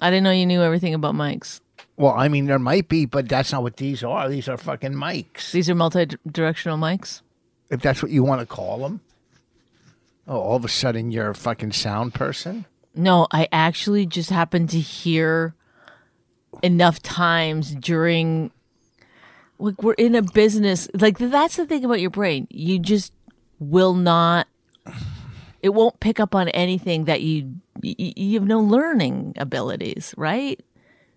I didn't know you knew everything about mics. Well, I mean, there might be, but that's not what these are. These are fucking mics, These are multi-directional mics. if that's what you want to call them. Oh, all of a sudden you're a fucking sound person? No, I actually just happened to hear enough times during like we're in a business. Like that's the thing about your brain. You just will not it won't pick up on anything that you y- y- you have no learning abilities, right?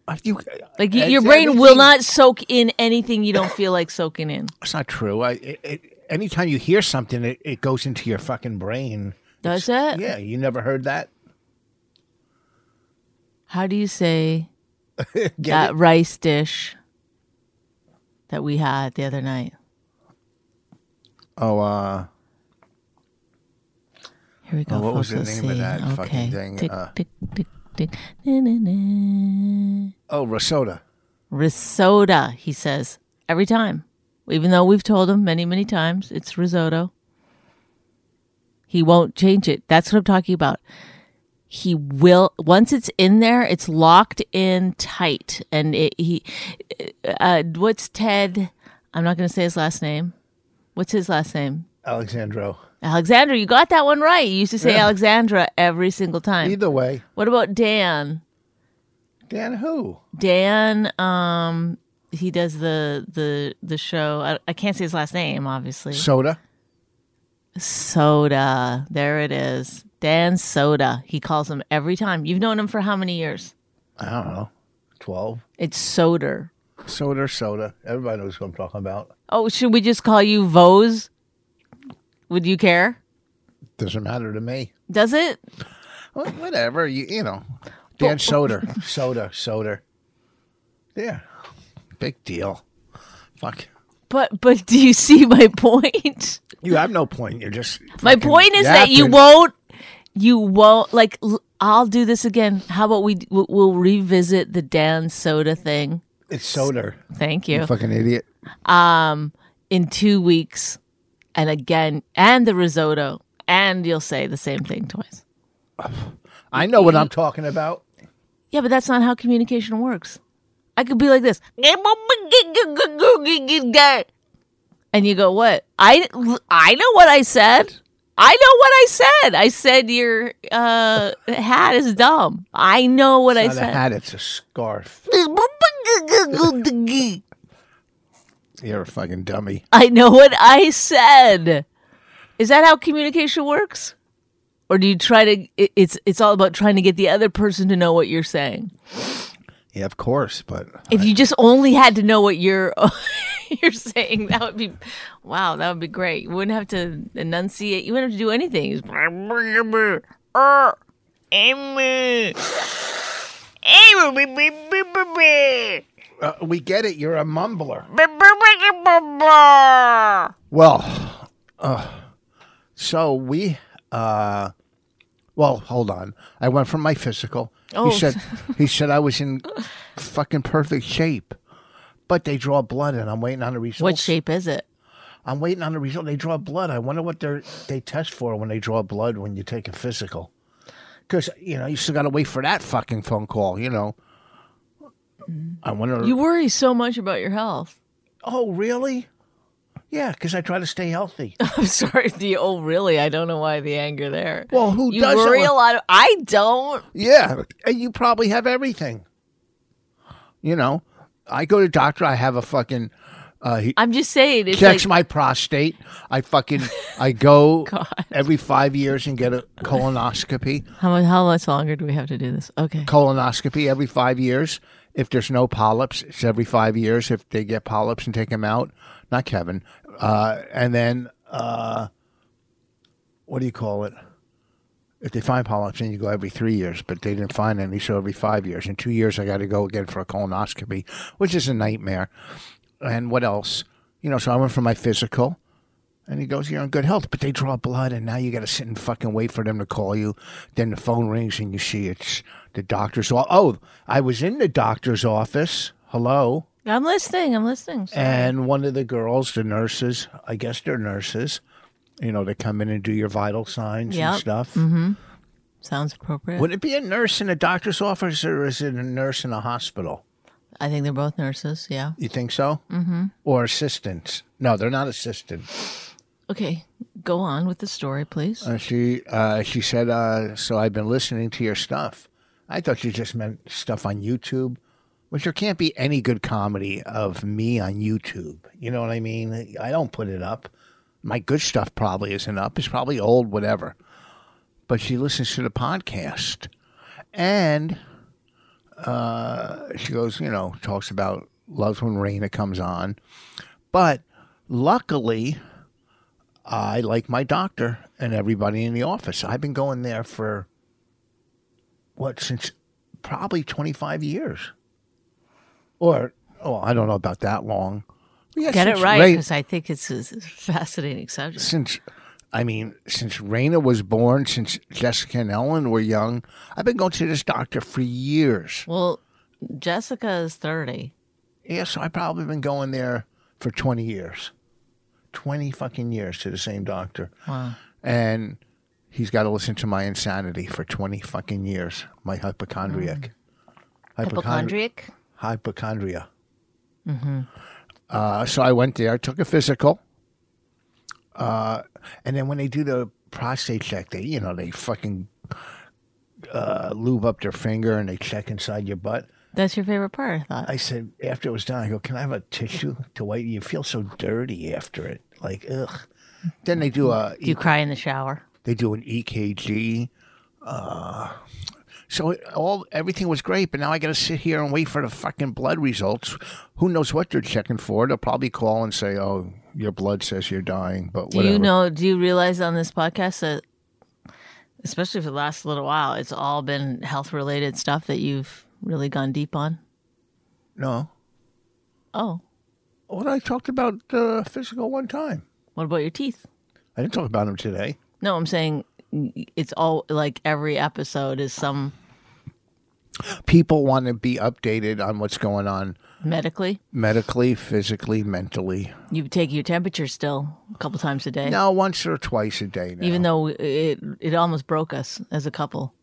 Are you, Like y It's your brain will everything- not soak in anything you don't feel like soaking in. That's not true. I, it, it, anytime you hear something, it, it goes into your fucking brain. Does it? Yeah, you never heard that? How do you say Get that rice dish that we had the other night? Oh, uh, Here we go. Oh, what was the folks, let's name of see. that okay. fucking thing? Tick, Uh, tick, tick, tick. Na, na, na. oh, Rosoda. Risotto, he says every time. Even though we've told him many, many times it's risotto, he won't change it. That's what I'm talking about. He will once it's in there, it's locked in tight. And it, he, uh, what's Ted? I'm not going to say his last name. What's his last name? Alexandro. Alexandra, you got that one right. You used to say Yeah. Alexandra every single time. Either way, What about Dan? Dan who? Dan, um, he does the the the show. I, I can't say his last name, obviously. Soda. Soda. There it is. Dan Soda. He calls him every time. You've known him for how many years? I don't know. Twelve. It's Soder. Soda. Soda. Everybody knows what I'm talking about. Oh, should we just call you Vose? Would you care? Doesn't matter to me. Does it? Well, whatever. You you know. Dan Soda. Soda. Soda. Yeah. Big deal. Fuck. But but do you see my point? You have no point. You're just My fucking point is that you yapping. won't, you won't like. l- I'll do this again. How about we we'll- we'll revisit the Dan Soda thing? It's Soda. Thank You you. fucking idiot. In two weeks, and again, and the risotto, and you'll say the same thing twice. I know what I'm talking about. Yeah, but that's not how communication works. I could be like this, and you go, "What? I I know what I said. I know what I said. I said your uh, hat is dumb. I know what I Not a said." hat. It's a scarf. You're a fucking dummy. I know what I said. Is that how communication works? Or do you try to it- it's it's all about trying to get the other person to know what you're saying. Yeah, of course, but If you just only had to know what you're you're saying, that would be wow, that would be great. You wouldn't have to enunciate. You wouldn't have to do anything. You just- Uh, eh, eh, uh, we get it. You're a mumbler. Well, uh, so we, uh, well, hold on. I went for my physical. Oh. He said, he said I was in fucking perfect shape, but they draw blood, and I'm waiting on the result. What shape is it? I'm waiting on the result. They draw blood. I wonder what they are they test for when they draw blood when you take a physical. Because you know you still got to wait for that fucking phone call. You know. I wonder. You worry so much about your health. oh, really? Yeah, because I try to stay healthy. I'm sorry. The oh, really? I don't know why the anger there. Well, who you does that worry with- a lot? Of, I don't. Yeah, and you probably have everything. You know, I go to doctor. I have a fucking. Uh, he I'm just saying. It's checks like, my prostate. I fucking. I go God. every five years and get a colonoscopy. how much? How much longer do we have to do this? Okay. Colonoscopy every five years. If there's no polyps, it's every five years. If they get polyps and take them out, not Kevin. Uh, and then uh, what do you call it? If they find polyps, then you go every three years, but they didn't find any, so every five years. In two years, I got to go again for a colonoscopy, which is a nightmare. And what else? You know, so I went for my physical, and he goes, You're in good health, but they draw blood, and now you got to sit and fucking wait for them to call you. Then the phone rings, and you see it's the doctor's office. Oh, I was in the doctor's office. Hello. I'm listening. I'm listening. Sorry. And one of the girls, the nurses, I guess they're nurses, you know, they come in and do your vital signs Yep. and stuff. Sounds appropriate. Would it be a nurse in a doctor's office or is it a nurse in a hospital? I think they're both nurses. Yeah. You think so? Mm-hmm. Or assistants? No, they're not assistants. Okay. Go on with the story, please. Uh, she uh, she said, uh, "So I've been listening to your stuff. I thought you just meant stuff on YouTube, which there can't be any good comedy of me on YouTube. You know what I mean? I don't put it up. My good stuff probably isn't up. It's probably old, whatever. But she listens to the podcast, and uh, she goes, you know, talks about loves when Raina comes on, but luckily." I like my doctor and everybody in the office. I've been going there for what since probably 25 years. Or oh, I don't know about that long. Yeah, Get it since right Ray- because I think it's a it's a fascinating subject. since I mean, since Raina was born, since Jessica and Ellen were young, I've been going to this doctor for years. Well, Jessica is thirty. Yeah, so I've probably been going there for 20 years. 20 fucking years to the same doctor. Wow. And he's got to listen to my insanity for 20 fucking years, my hypochondriac. Hypochondri- Hypochondriac. hypochondria. Uh, so I went there, took a physical, uh, and then when they do the prostate check, they you know they fucking uh, lube up their finger and they check inside your butt. That's your favorite part, I thought. I said after it was done, I go, "Can I have a tissue to wipe? You feel so dirty after it, like ugh." Then they do a E, Do you cry in the shower? they do an E EKG. Uh, so it, all everything was great, but now I got to sit here and wait for the fucking blood results. Who knows what they're checking for? They'll probably call and say, "Oh, your blood says you're dying," but Do whatever. you know? Do you realize on this podcast that, especially for the last little while, it's all been health related stuff that you've really gone deep on? No. Oh, Well, I talked about uh, physical one time. what about your teeth? I didn't talk about them today. No, I'm saying it's all like every episode is some People want to be updated on what's going on medically. medically, physically, mentally. You take your temperature still a couple times a day, Now, once or twice a day. Now. even though it it almost broke us as a couple.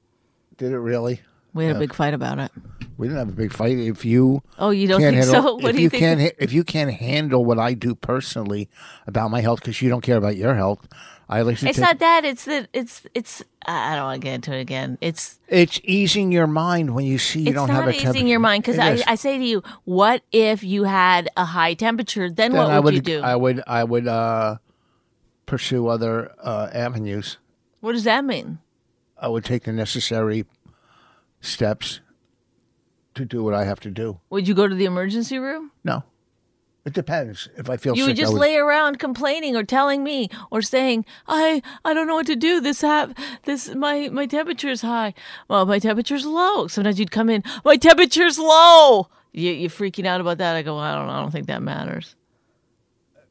did it really? We had a big fight about it. We didn't have a big fight. If you Oh, you don't can't think handle, so? What if do you think? Can't, ha- if you can't handle what I do personally about my health because you don't care about your health, I like to It's take- not that. It's that. It's it's. I I don't want to get into it again. It's it's easing your mind when you see you it's don't not have a easing temperature. your mind because It I, is. I say to you, what if you had a high temperature? Then, then what I would would, you do? I would I would uh, pursue other uh, avenues. what does that mean? I would take the necessary steps to do what I have to do. Would you go to the emergency room? No, it depends. If I feel You Oh, sick, would just I would, lay around complaining or telling me or saying, "I I don't know what to do. This hap this my my temperature is high. Well, my temperature's low." Sometimes you'd come in, "My temperature's low." You you freaking out about that? I go, "I don't know. I don't think that matters."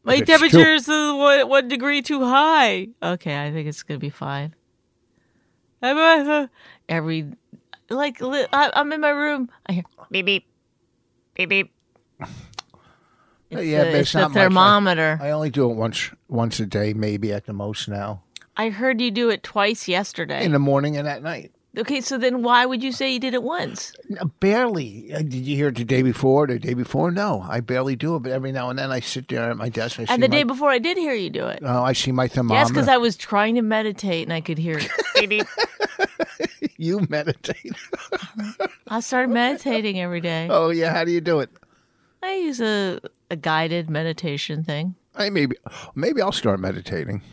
My If it's too- temperature is uh, one, one degree too high. Okay, I think it's gonna be fine. I'm, I'm, uh, Every like li- I, I'm in my room. I hear beep beep beep beep. It's Yeah, the, but it's the not much. I- thermometer. I only do it once once a day, maybe at the most now, I heard you do it twice yesterday. in the morning and at night. Okay, so then why would you say you did it once? Uh, Barely. Uh, Did you hear it the day before? The day before? No, I barely do it. But every now and then, I sit there at my desk. I see And the my, day before, I did hear you do it. Oh, I see my yes, thermometer. because I was trying to meditate and I could hear. Beep, beep. you meditate. I started meditating every day. oh yeah, how do you do it? I use a, a guided meditation thing. I maybe maybe I'll start meditating.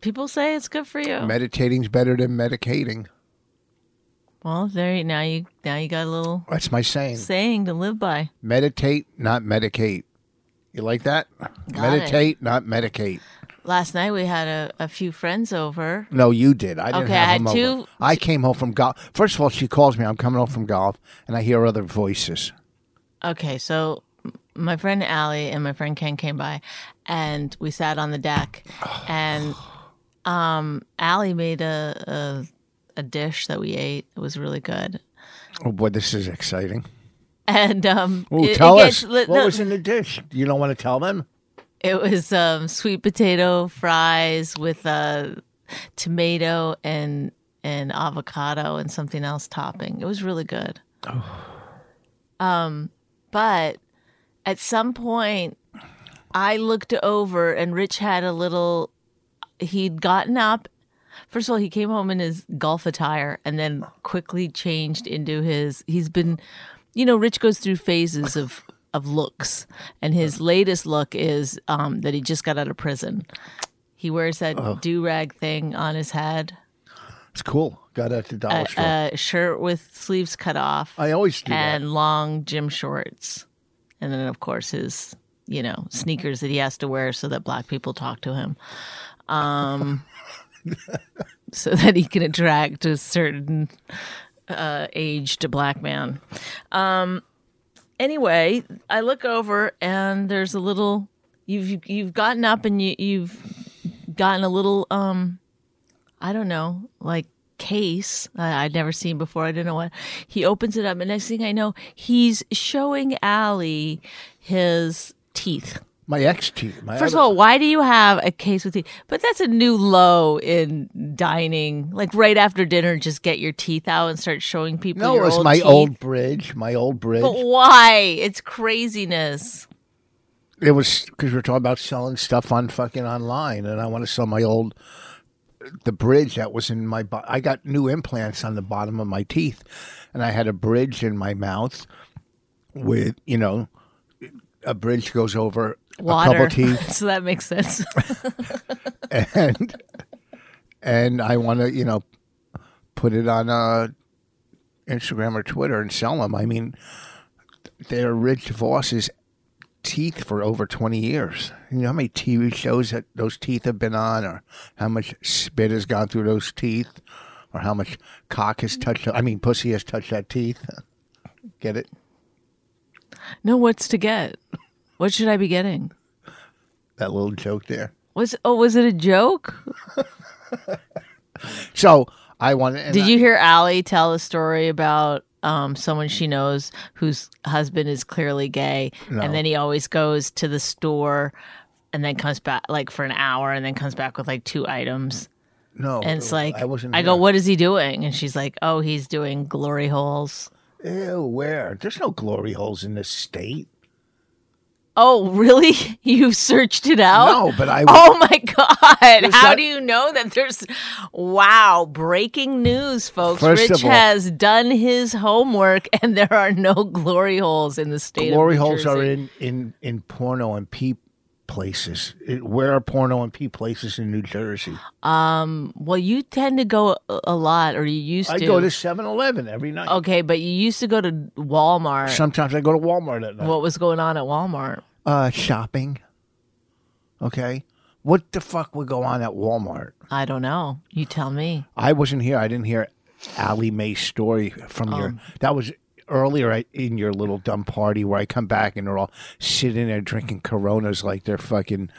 People say it's good for you. Meditating's better than medicating. well, there you, now you now you got a little That's my saying. saying to live by. Meditate, not medicate. You like that? Meditate, not medicate. Last night we had a, a few friends over. No, you did. I didn't Okay, have I him had over. two- I came home from golf. First of all, she calls me. I'm coming home from golf, and I hear other voices. Okay, so m- my friend Allie and my friend Ken came by, and we sat on the deck, and um, Allie made a, a a dish that we ate. It was really good, Oh boy, this is exciting. and um, Oh, it, it tell gets- us li- what no, was in the dish. You don't want to tell them. it was um, sweet potato fries with uh, tomato and and avocado and something else topping. It was really good. Um, but at some point, I looked over and Rich had a little. He'd gotten up. First of all, he came home in his golf attire and then quickly changed into his. He's been, you know, Rich goes through phases of of looks, and his latest look is um, that he just got out of prison. He wears that do rag thing on his head, It's cool. Got it at the dollar a, store. a shirt with sleeves cut off, I always do that. uh, and long gym shorts. And then, of course, his, you know, sneakers that he has to wear so that black people talk to him. Um, so that he can attract a certain uh, age to black man. Um, anyway, I look over and there's a little, you've, you've gotten up and you, you've gotten a little, um, I don't know, like case I, I'd never seen before. I didn't know what. He opens it up, and next thing I know, he's showing Allie his teeth. My ex teeth. My First of other- all, why do you have a case with teeth? But that's a new low in dining. Like right after dinner, just get your teeth out and start showing people. no, your it was old my teeth. old bridge. My old bridge. But why? It's craziness. It was because we were talking about selling stuff on fucking online, and I want to sell my old the bridge that was in my bo- I got new implants on the bottom of my teeth, and I had a bridge in my mouth with you know a bridge goes over a Water. couple teeth so that makes sense. and and I want to, you know, put it on uh, Instagram or Twitter and sell them. I mean, they're Rich Voss's teeth for over twenty years. You know how many TV shows that those teeth have been on, or how much spit has gone through those teeth, or how much cock has touched. I mean, pussy has touched that teeth. Get it? no, what's to get? What should I be getting? That little joke there. Was oh, was it a joke? So I want to. Did you hear Allie tell a story about um, someone she knows whose husband is clearly gay, and then he always goes to the store and then comes back like for an hour and then comes back with like two items. No, And it's like I, I wasn't. go, here. "What is he doing?" And she's like, "Oh, he's doing glory holes." Ew, where? There's no glory holes in this state. Oh, really? You searched it out? No, but I. Oh my God. How that- do you know that there's. Wow. Breaking news, folks. First Rich of all- has done his homework and there are no glory holes in the state. glory of New holes are Jersey. in in in porno and pee places. It- where are porno and pee places in New Jersey? Um, Well, you tend to go a, a lot or you used I to. go to 7-Eleven every night. okay, but you used to go to Walmart. Sometimes I go to Walmart at night. what was going on at Walmart? uh, shopping. Okay, what the fuck would go on at Walmart? I don't know. You tell me. I wasn't here. I didn't hear Allie Mae's story from your. That was earlier at- in your little dumb party where I come back and they're all sitting there drinking Coronas like they're fucking.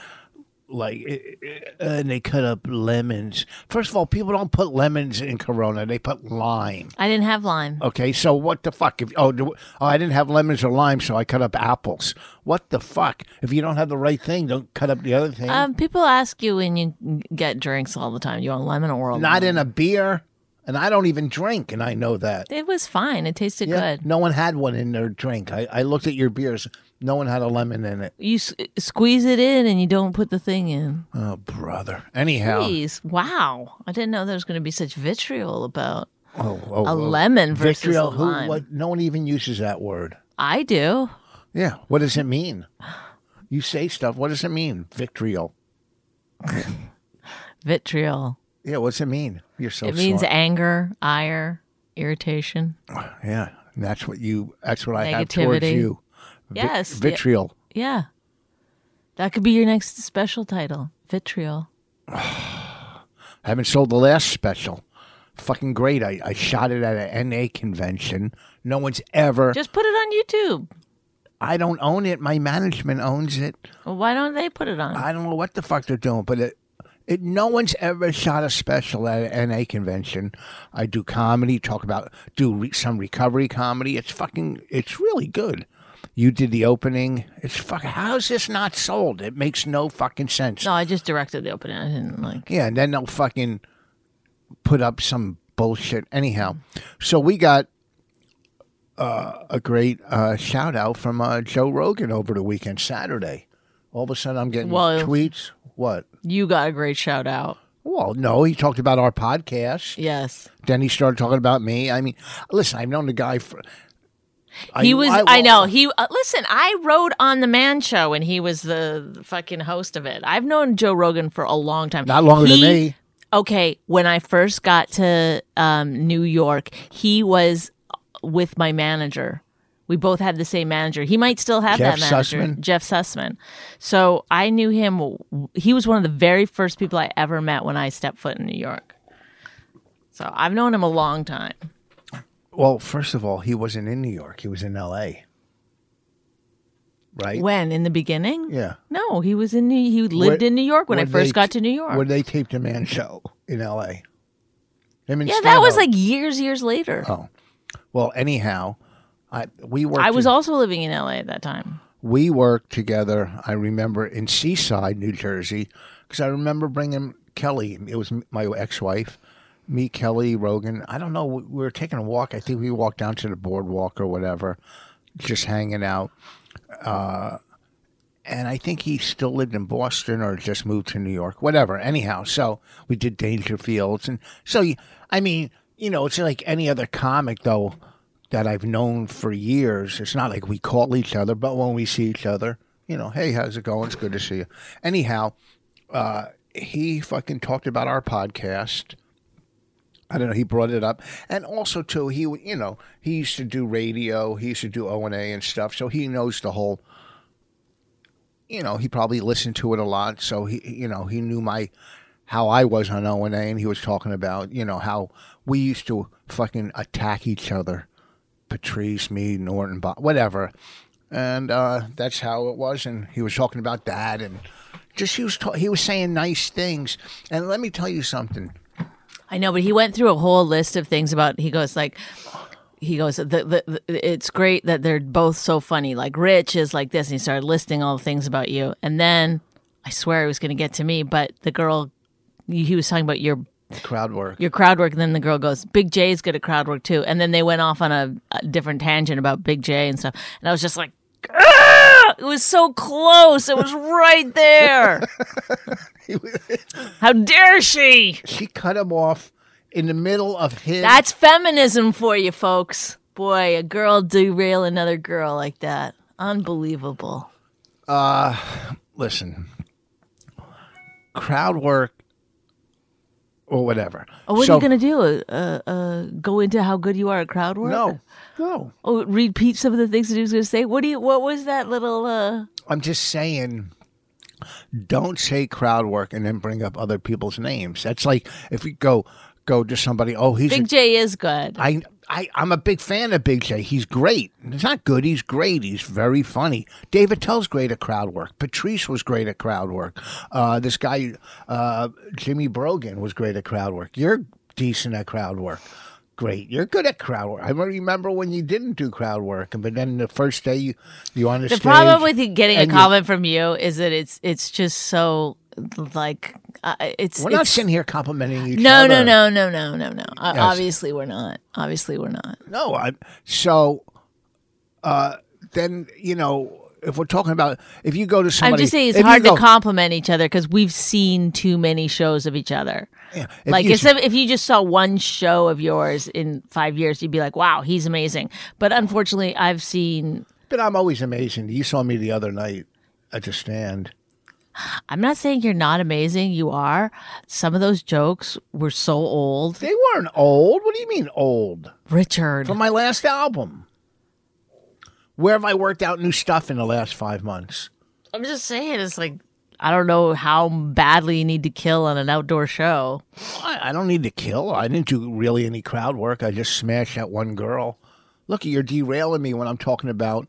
Like uh, uh, and they cut up lemons. First of all, people don't put lemons in Corona; they put lime. I didn't have lime. Okay, so what the fuck? If oh, do, oh, I didn't have lemons or lime, so I cut up apples. What the fuck? If you don't have the right thing, don't cut up the other thing. Um, people ask you when you get drinks all the time. You want lemon or orange? Not in a beer, and I don't even drink, and I know that. It was fine. It tasted Yeah, good. No one had one in their drink. I, I looked at your beers. No one had a lemon in it. You s- squeeze it in and you don't put the thing in. Oh, brother. Anyhow. Jeez, wow! I didn't know there was going to be such vitriol about Oh, oh, a oh. lemon versus Vitriol, a who- lime. what- no one even uses that word. I do. Yeah. What does it mean? You say stuff. What does it mean? Vitriol. Vitriol. Yeah. What's it mean? You're so It means Oh, smart. anger, ire, irritation. Yeah. And that's what you, that's what I have towards Negativity. you. Vi- Yes, yeah. vitriol. Yeah, that could be your next special title. Vitriol. I haven't sold the last special. Fucking great. I, I shot it at an NA convention. No one's ever. Just put it on YouTube. I don't own it. My management owns it. Why don't they put it on? I don't know what the fuck they're doing, but it, it no one's ever shot a special at an NA convention. I do comedy, talk about do re, some recovery comedy. It's fucking, it's really good. You did the opening. It's fucking. How's this not sold? It makes no fucking sense. no, I just directed the opening. I didn't like. Yeah, and then they'll fucking put up some bullshit. Anyhow, so we got uh, a great uh, shout out from uh, Joe Rogan over the weekend, Saturday. All of a sudden, I'm getting Well- tweets. What? You got a great shout out. Well, no, he talked about our podcast. Yes. Then he started talking about me. I mean, listen, I've known the guy for. I- he was. I, know. He uh, listen. I rode on the Man Show, and he was the, the fucking host of it. I've known Joe Rogan for a long time. Not longer He- than me. Okay, when I first got to um, New York, he was with my manager. We both had the same manager. He might still have Jeff that manager, Sussman? Jeff Sussman. So I knew him. He was one of the very first people I ever met when I stepped foot in New York. So I've known him a long time. Well, first of all, he wasn't in New York. He was in L.A. Right? When in the beginning? yeah. No, he was in. New, he lived Where- in New York when I where first they- got to New York. Where they taped a man show in L.A. Him and yeah, that was Stano. like years, years later. well. Anyhow, I we worked. I was in- also living in LA at that time. we worked together. I remember in Seaside, New Jersey, because I remember bringing Kelly. It was my ex-wife, me, Kelly Rogan. I don't know. We we were taking a walk. I think we walked down to the boardwalk or whatever, just hanging out. Uh, and I think he still lived in Boston or just moved to New York, whatever. Anyhow, so we did Dangerfields, and so you- I mean, you know, it's like any other comic though that I've known for years. It's not like we call each other, but when we see each other, you know, hey, how's it going? It's good to see you. Anyhow, uh, he fucking talked about our podcast. I don't know. He brought it up, and also too, he you know he used to do radio, he used to do O and A and stuff, so he knows the whole you know, he probably listened to it a lot, so he, you know, he knew my how I was on O and A, and he was talking about, you know, how we used to fucking attack each other, Patrice, me, Norton, Bob, whatever, and uh, that's how it was. And he was talking about that, and just he was ta- he was saying nice things. And let me tell you something. I know, but he went through a whole list of things about. He goes like, he goes, the, the, the, it's great that they're both so funny. Like Rich is like this, and he started listing all the things about you. And then I swear he was going to get to me, but the girl, he was talking about your Crowd work. your crowd work, and then the girl goes, "Big J's good at crowd work too." And then they went off on a, a different tangent about Big J and stuff. And I was just like, "Ah!" "It was so close. It was right there. How dare she?" She cut him off in the middle of his. That's feminism for you, folks. Boy, a girl derail another girl like that. Unbelievable. listen, crowd work or whatever. Oh, what So- are you gonna do? Uh, uh, go into how good you are at crowd work? No, no. Oh, repeat some of the things that he was gonna say. What do you? What was that little? Uh, I'm just saying, don't say crowd work and then bring up other people's names. That's like if you go go to somebody. Oh, he's a Big J is good. I, I, I'm a big fan of Big J. He's great. He's not good. He's great. He's very funny. David Tell's great at crowd work. Patrice was great at crowd work. Uh, this guy, uh, Jimmy Brogan, was great at crowd work. You're decent at crowd work. Great. You're good at crowd work. I remember when you didn't do crowd work, but then the first day you you on the, The stage. problem with you getting a and you- comment from you is that it's it's just so like uh, it's we're not it's- sitting here complimenting each no other. no no no no no no. Uh, Yes. Obviously we're not. Obviously we're not. No, I, so uh, then you know if we're talking about if you go to somebody, I'm just saying it's if you hard go- to compliment each other because we've seen too many shows of each other. yeah, if like you- if some, if you just saw one show of yours in five years, you'd be like, "Wow, he's amazing." But unfortunately, I've seen. but I'm always amazing. You saw me the other night at the stand. I'm not saying you're not amazing. You are. Some of those jokes were so old, They weren't old. What do you mean old? Richard. From my last album. Where have I worked out new stuff in the last five months? I'm just saying, it's like I don't know how badly you need to kill on an outdoor show. I, I don't need to kill. I didn't do really any crowd work. I just smashed that one girl. Look, you're derailing me when I'm talking about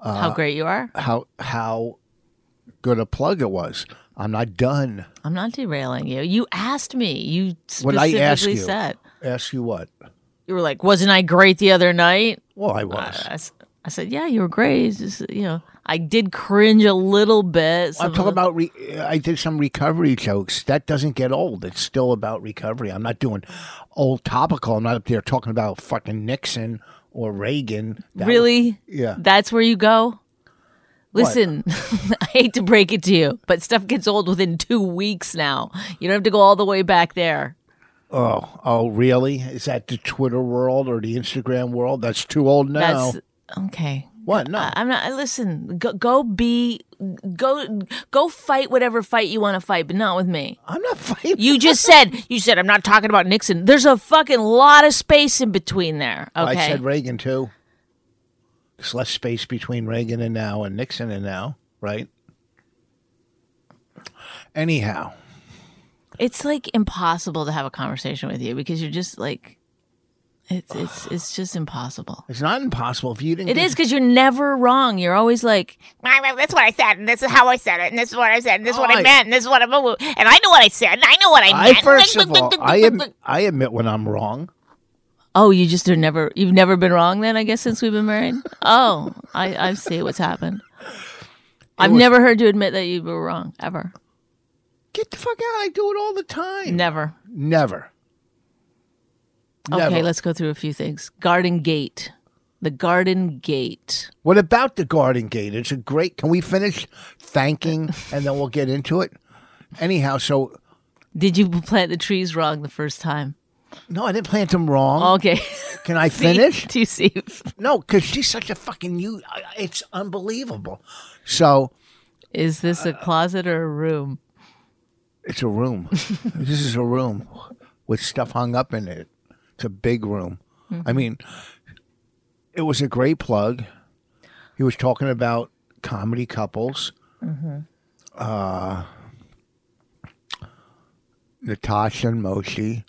Uh-huh. how great you are! how how good a plug it was. I'm not done. I'm not derailing you. You asked me. You What I specifically ask you. said Ask you what? you were like, "Wasn't I great the other night?" Well, I I, was. I s- I said, "Yeah, you were great." It's just, you know, I did cringe a little bit. I'm talking about. Re- I did some recovery jokes. That doesn't get old. It's still about recovery. I'm not doing old topical. I'm not up there talking about fucking Nixon or Reagan. That really. Yeah. that's where you go. Listen, I hate to break it to you, but stuff gets old within two weeks now. You don't have to go all the way back there. was- oh, really? Is that the Twitter world or the Instagram world? That's too old now. That's uh, okay. what? No. I- I'm not. I- Listen, go, go be, go, go fight whatever fight you want to fight, but not with me. I'm not fighting. You just said you said I'm not talking about Nixon. There's a fucking lot of space in between there. Okay. I said Reagan too. There's less space between Reagan and now and Nixon and now, right? Anyhow, it's like impossible to have a conversation with you because you're just like, it's it's it's just impossible. it's not impossible if you didn't. It get- is because you're never wrong. You're always like, That's what I said, and this is how I said it, and this is what I said, and this is what Oh, I- I meant, and this is what I and I know what I said, and I know what I meant. I first of all, I am, I admit when I'm wrong. oh, you just are never. You've never been wrong then. I guess since we've been married. Oh, I I see what's happened. I've was- never heard you admit that you were wrong ever. Get the fuck out! I do it all the time. Never. never. Okay, Never. let's go through a few things. Garden gate. The Garden Gate. What about the garden gate? It's a great. Can we finish thanking and then we'll get into it? Anyhow, so Did you plant the trees wrong the first time? no, I didn't plant them wrong. Okay. Can I finish? Do you Oh, see? No, because she's such a fucking you. I- It's unbelievable. So Is this a closet or a room? it's a room. this is a room with stuff hung up in it. It's a big room. I mean, it was a great plug. He was talking about comedy couples. Uh, Natasha and Moshi,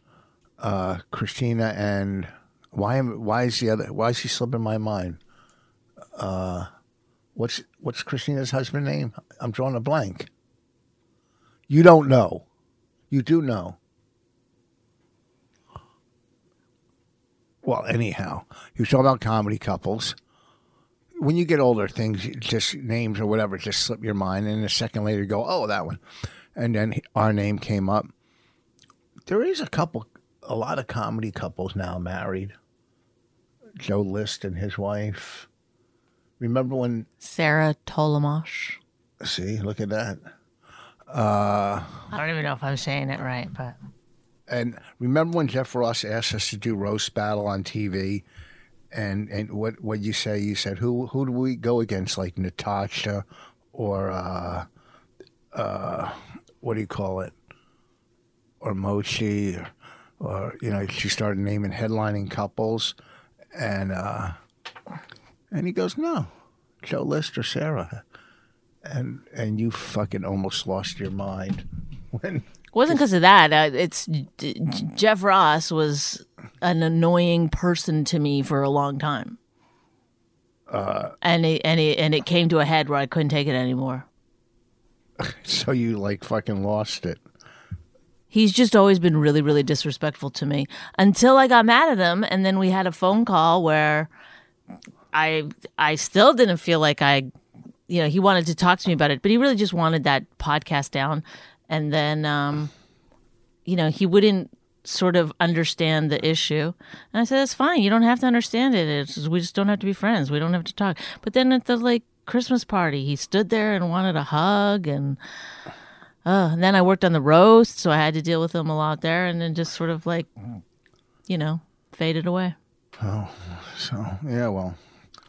uh, Christina and why am why is the other why is he slipping my mind? Uh, what's what's Christina's husband name? I'm drawing a blank. You don't know. You do know. Well, anyhow, you talk about comedy couples. When you get older, things just names or whatever just slip your mind, and a second later you go, "Oh, that one," and then he- our name came up. There is a couple, a lot of comedy couples now married. Joe List and his wife. Remember when Sarah Tolomash. See, look at that. I don't even know if I'm saying it right, but And remember when Jeff Ross asked us to do roast battle on TV, and and what what you say? You said who who do we go against? Like Natasha, or uh, uh, what do you call it? Or Mochi, or, or you know she started naming headlining couples, and uh, and he goes no, Joe List or Sarah, and and you fucking almost lost your mind when. it wasn't because of that. Uh, it's J- J- Jeff Ross was an annoying person to me for a long time, uh, and it, and it, and it came to a head where I couldn't take it anymore. So you like fucking lost it. He's just always been really, really disrespectful to me until I got mad at him, and then we had a phone call where I I still didn't feel like I, you know, he wanted to talk to me about it, but he really just wanted that podcast down, and then, um, you know, he wouldn't sort of understand the issue, and I said, "That's fine. You don't have to understand it. It's just- we just don't have to be friends. We don't have to talk." But then at the like Christmas party, he stood there and wanted a hug and. Uh, and then I worked on the roast, so I had to deal with them a lot there, and then just sort of like, you know, faded away. So yeah, well,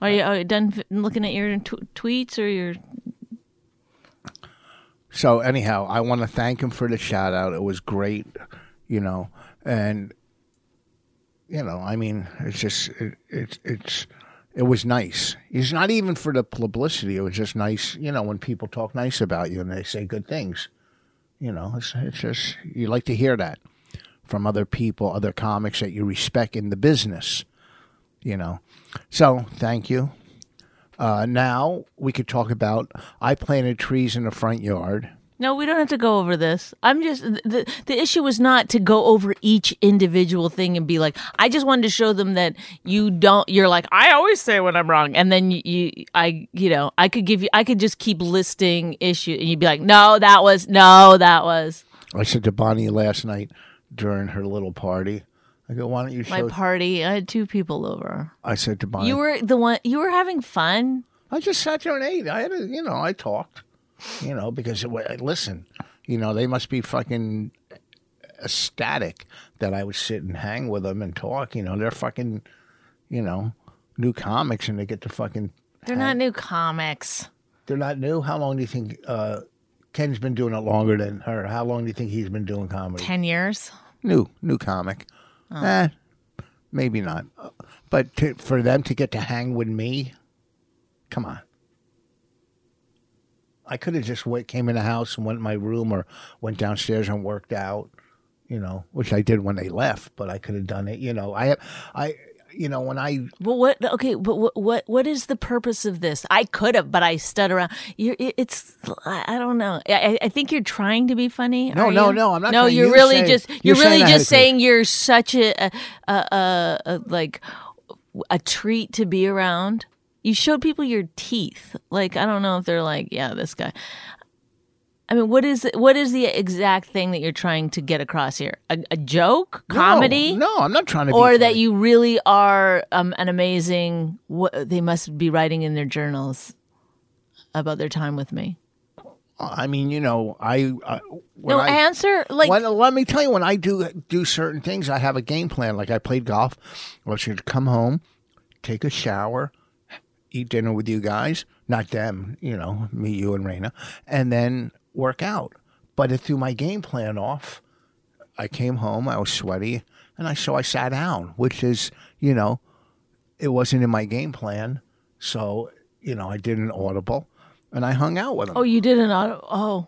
Are you, are you done f- looking at your t- tweets or your? so anyhow, I want to thank him for the shout out. It was great, you know, and you know, I mean, it's just it, it it's it was nice. It's not even for the publicity. It was just nice, you know, when people talk nice about you and they say good things. You know, it's it's just you like to hear that from other people, other comics that you respect in the business. You know, so thank you. Uh, now we could talk about I planted trees in the front yard. No, we don't have to go over this. I'm just th- the the issue was not to go over each individual thing and be like, I just wanted to show them that you don't. You're like, I always say when I'm wrong, and then you, you I, you know, I could give you, I could just keep listing issue, and you'd be like, no, that was, no, that was I said to Bonnie last night during her little party. I go, why don't you my show? party. I had two people over. I said to Bonnie, You were the one. You were having fun. I just sat there and ate. I had, a, you know, I talked, you know, because it, wa- listen, you know, they must be fucking ecstatic that I would sit and hang with them and talk. You know, they're fucking, you know, new comics and they get to fucking. They're not new comics. They're not new. How long do you think uh, Ken's been doing it longer than her? How long do you think he's been doing comedy? Ten years. new new comic. Oh. Eh, maybe not. But to, for them to get to hang with me, come on. I could have just went, came in the house and went in my room or went downstairs and worked out, you know, which I did when they left. But I could have done it, you know. I, I, you know, when I But what? Okay. But what? What? What is the purpose of this? I could have, but I stood around. You're, it- it's. I I don't know. I, I- I think you're trying to be funny. No, are no, you? no, I'm not No, trying. you're You're really saying- just. you're You're, really saying I had just a good- saying you're such a, a, a, a, a like a treat to be around. You showed people your teeth. Like I don't know if they're like, yeah, this guy. I mean, what is what is the exact thing that you're trying to get across here? A, a joke, comedy, No, no, I'm not trying to. or be that funny. you really are um, an amazing? What they must be writing in their journals about their time with me. I mean, you know, I. I when No I, answer. Like when, let me tell you, when I do do certain things, I have a game plan. Like I played golf. I was going to come home, take a shower, eat dinner with you guys, not them, you know, me, you, and Raina, and then work out. But it threw my game plan off. I came home, I was sweaty, and I so I sat down, which is, you know, it wasn't in my game plan. So, you know, I did an audible and I hung out with him. Oh, you did an auto. Oh,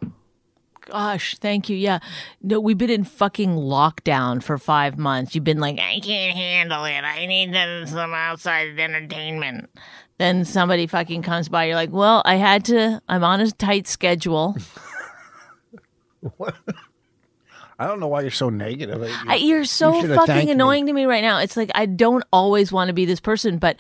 gosh, thank you. Yeah, no, we've been in fucking lockdown for five months. You've been like, I can't handle it. I need uh, some outside entertainment. then somebody fucking comes by. You're like, well, I had to. I'm on a tight schedule. I don't know why you're so negative. You- I, you're so should have thanked fucking me. annoying to me right now. It's like I don't always want to be this person, but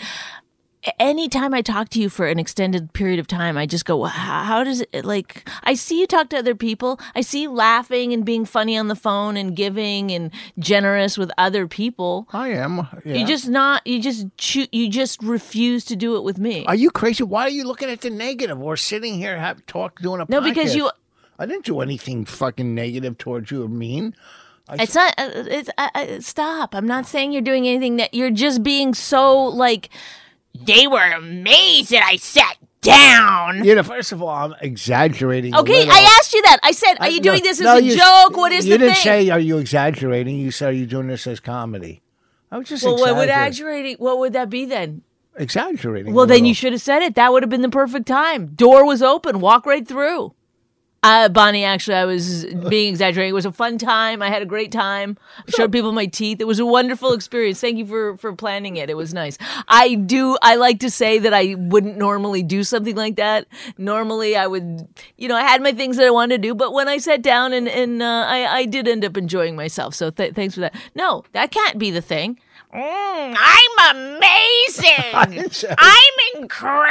anytime I talk to you for an extended period of time, I just go, "Wha- how how does it like? I see you talk to other people. I see you laughing and being funny on the phone and giving and generous with other people. I am. yeah. You just not. You just choo- you just refuse to do it with me. Are you crazy? Why are you looking at the negative? We're sitting here have talk doing a No, because podcast. you- I didn't do anything fucking negative towards you or mean. It's not. uh, It's uh, uh, stop. I'm not saying you're doing anything that you're just being so like. They were amazed that I sat down. You know, first of all, I'm exaggerating. a Okay, little. I asked you that. I said, "Are you I- doing no- this as no, a you- joke? What is you the didn't thing?" say? Are you exaggerating? You said, "Are you doing this as comedy?" I was just well, what would exaggerating. exaggerating? What would that be then? exaggerating a Well, then little. you should have said it. That would have been the perfect time. Door was open. Walk right through. Uh, Bonnie, actually, I was being exaggerating. It was a fun time. I had a great time. I showed people my teeth. It was a wonderful experience. Thank you for for planning it. It was nice. I do. I like to say that I wouldn't normally do something like that. Normally, I would. You know, I had my things that I wanted to do, but when I sat down and and uh, I I did end up enjoying myself. So th- thanks for that. No, that can't be the thing. Mm, I'm amazing. I'm incredible.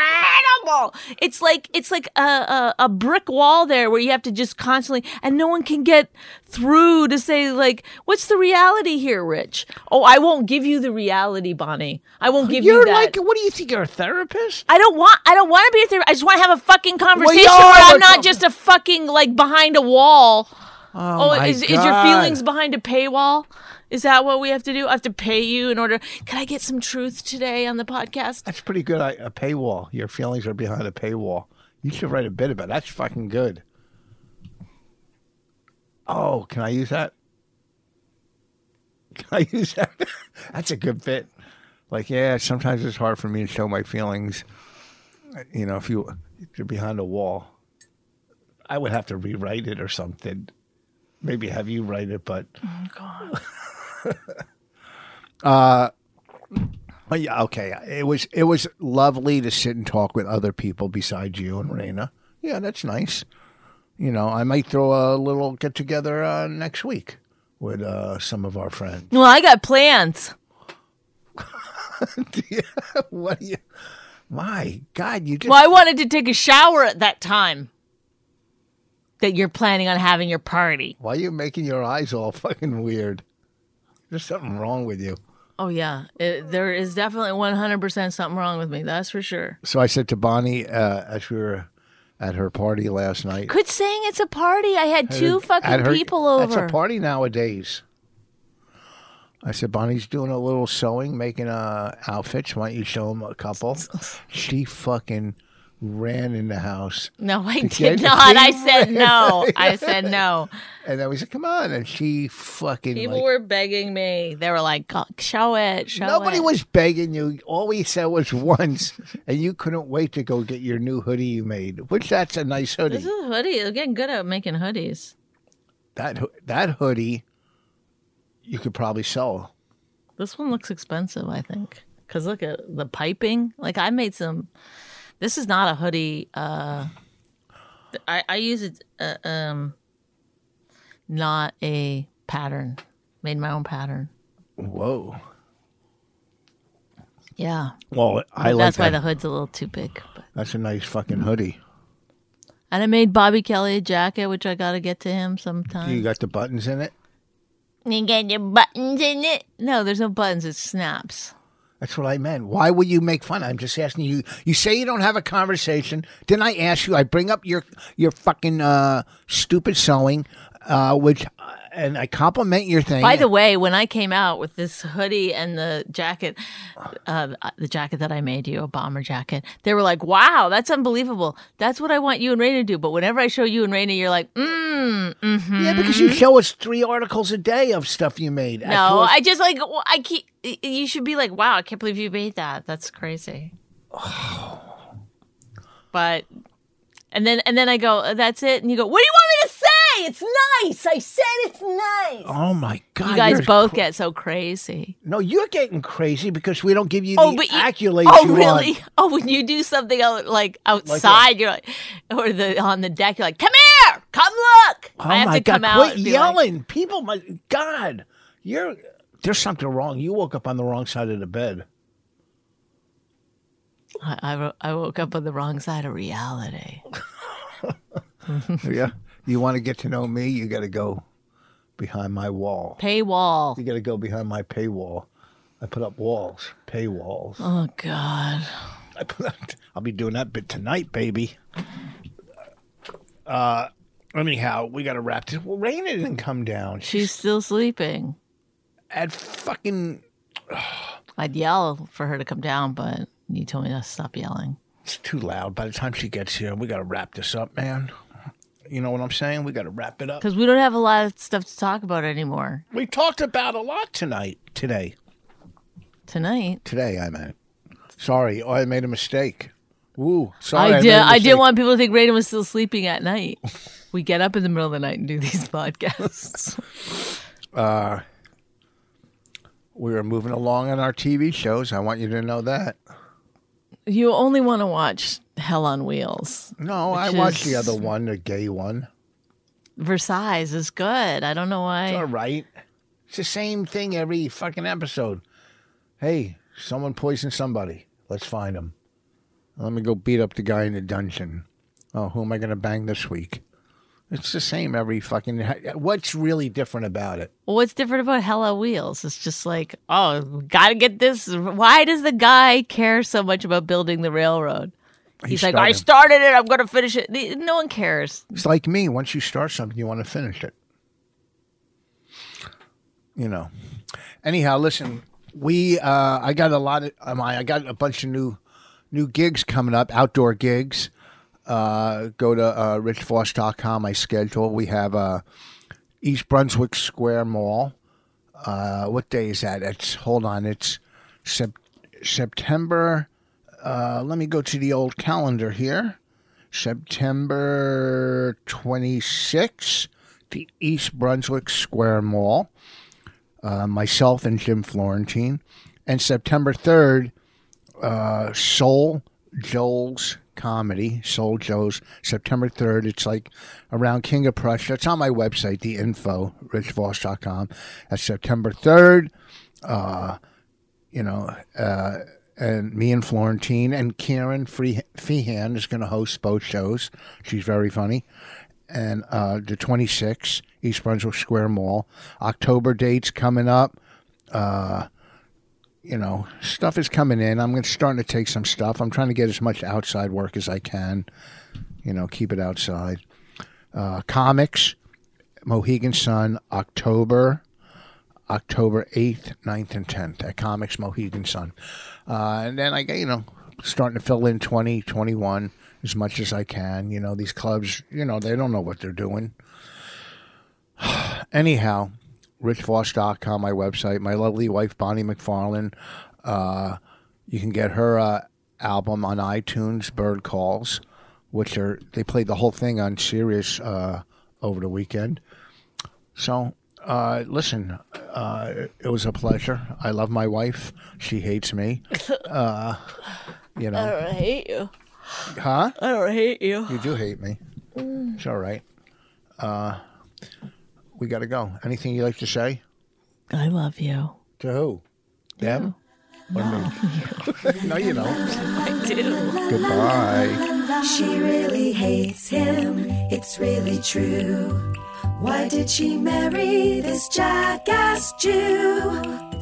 wall. It's like it's like a, a a brick wall there where you have to just constantly and no one can get through to say like what's the reality here, Rich? Oh, I won't give you the reality, Bonnie. I won't give you You're that. like, what do you think? You're a therapist? I don't want. I don't want to be a therapist. I just want to have a fucking conversation are where I'm a not co- just a fucking like behind a wall. Oh, my is, is your God. feelings behind a paywall? Is that what we have to do? I have to pay you in order. Can I get some truth today on the podcast? That's pretty good. I, a paywall. Your feelings are behind a paywall. You should write a bit about. It. That's fucking good. Oh, can I use that? Can I use that? That's a good bit. Like, yeah, sometimes it's hard for me to show my feelings. You know, if you if you're behind a wall, I would have to rewrite it or something. Maybe have you write it, but Well, yeah, okay. It was it was lovely to sit and talk with other people besides you and Raina. Yeah, that's nice. You know, I might throw a little get together uh, next week with uh, some of our friends. Well, I got plans. what do you? My God, you just Well, I wanted to take a shower at that time that you're planning on having your party. why are you making your eyes all fucking weird? There's something wrong with you. Oh, yeah. It- there is definitely 100% something wrong with me. That's for sure. So I said to Bonnie uh, as we were at her party last night. Quit saying it's a party. I had two at fucking her- people over. That's a party nowadays. I said, Bonnie's doing a little sewing, making uh, outfits. Why don't you show them a couple? she fucking ran in the house. No, I get did the not. I thing said no. I said no. And then we said, come on. And she fucking. People like- were begging me. They were like, "Go- show it, show Nobody it. was begging you. All we said was once, and you couldn't wait to go get your new hoodie you made, which that's a nice hoodie. This is hoodie. They're getting good at making hoodies. that hoo- that hoodie, you could probably sell. This one looks expensive, I think. Cause look at the piping. Like I made some. This is not a hoodie. Uh, th- I I use it. Uh, um, not a pattern. Made my own pattern. Whoa. Yeah, Well, I like that's why that. the hood's a little too big. But That's a nice fucking hoodie. And I made Bobby Kelly a jacket, which I got to get to him sometime. You got the buttons in it. You got your buttons in it. no, there's no buttons. It snaps. That's what I meant. Why would you make fun? I'm just asking you. You say you don't have a conversation. Then I ask you. I bring up your your fucking uh, stupid sewing, uh, which, uh, and I compliment your thing. By the way, when I came out with this hoodie and the jacket, uh, the jacket that I made you, a bomber jacket, they were like, wow, that's unbelievable. That's what I want you and Raina to do. But whenever I show you and Raina, you're like, mm, mm-hmm. yeah, because you show us three articles a day of stuff you made. No, I just like, w- I keep, y- you should be like, wow, I can't believe you made that. That's crazy. but, and then, and then I go, "Uh, that's it. And you go, what do you want me to say? It's nice. I said it's nice. Oh my god! You guys you're- both get so crazy. No, you're getting crazy because we don't give you Oh, the but you, accolades. Oh, you want. really? Oh, when you do something out, like outside, you're like, or the on the deck, you're like, "Come here, come look." Oh I have my to god! come out Quit and be Like, yelling, people! My God, you're there's something wrong. You woke up on the wrong side of the bed. I, I, wo- I woke up on the wrong side of reality. yeah. You want to get to know me? You got to go behind my wall. You Paywall. got to go behind my paywall. I put up walls, paywalls. Oh God. I put up, I'll be doing that bit tonight, baby. Uh, anyhow, we got to wrap this. Well, Raina didn't come down. She's still sleeping. at fucking I'd yell for her to come down, but you told me to stop yelling. It's too loud. By the time she gets here, we got to wrap this up, man. You know what I'm saying? We got to wrap it up. Because we don't have a lot of stuff to talk about anymore We talked about a lot tonight. Today. tonight. Today, I meant. Sorry. Oh, I made a mistake. Ooh, sorry. I did. made a I mistake. didn't want people to think Raiden was still sleeping at night. We get up in the middle of the night and do these podcasts. We were moving along on our TV shows. I want you to know that. you only want to watch Hell on Wheels. No, I Which watched the is- other one, the gay one. Versailles is good. I don't know It's all why. right. It's the same thing every fucking episode. Hey, someone poisoned somebody. Let's find him. Let me go beat up the guy in the dungeon. Oh, who am I going to bang this week? It's the same every fucking. What's really different about it? Well, what's different about Hell on Wheels? It's just like, oh, gotta get this. Why does the guy care so much about building the railroad? He's like, I started. started it. I'm gonna finish it. The- No one cares. It's like me. Once you start something, you want to finish it. You know. Anyhow, listen. We uh, I got a lot of um, I I got a bunch of new new gigs coming up, outdoor gigs. Uh, go to uh, richfoss.com. My schedule. We have uh, East Brunswick Square Mall. Uh, what day is that? It's hold on. It's sep- September. Uh, let me go to the old calendar here. September 26th, the East Brunswick Square Mall. Uh, myself and Jim Florentine. And September 3rd, uh, Soul Joel's Comedy. Soul Joe's, September 3rd. It's like around King of Prussia. It's on my website, the info, richvoss.com. That's September 3rd. Uh, you know, and me and Florentine and Karen Free- Feehan is going to host both shows. She's very funny. And uh, the 26th, East Brunswick Square Mall. October dates coming up. Uh, you know, stuff is coming in. I'm going to starting to take some stuff. I'm trying to get as much outside work as I can. You know, keep it outside. Uh, comics, Mohegan Sun, October. October 8th, 9th, and 10th at Comics Mohegan Sun. Uh, and then I, get, you know, starting to fill in 20, 21 as much as I can. You know, these clubs, you know, they don't know what they're doing. Anyhow, richvoss.com, my website, my lovely wife, Bonnie McFarlane. Uh, you can get her uh, album on iTunes, Bird Calls, which are, they played the whole thing on Sirius uh, over the weekend. So, uh, listen, uh, it was a pleasure. I love my wife. She hates me. Uh, you know, I hate you. Uh, huh? I don't hate you. You do hate me. It's all right. Uh, we got to go. Anything you'd like to say? I love you. To who? Them? Or me? no, you don't. I do. Goodbye. la la She really hates him. It's really true. Why did she marry this jackass Jew?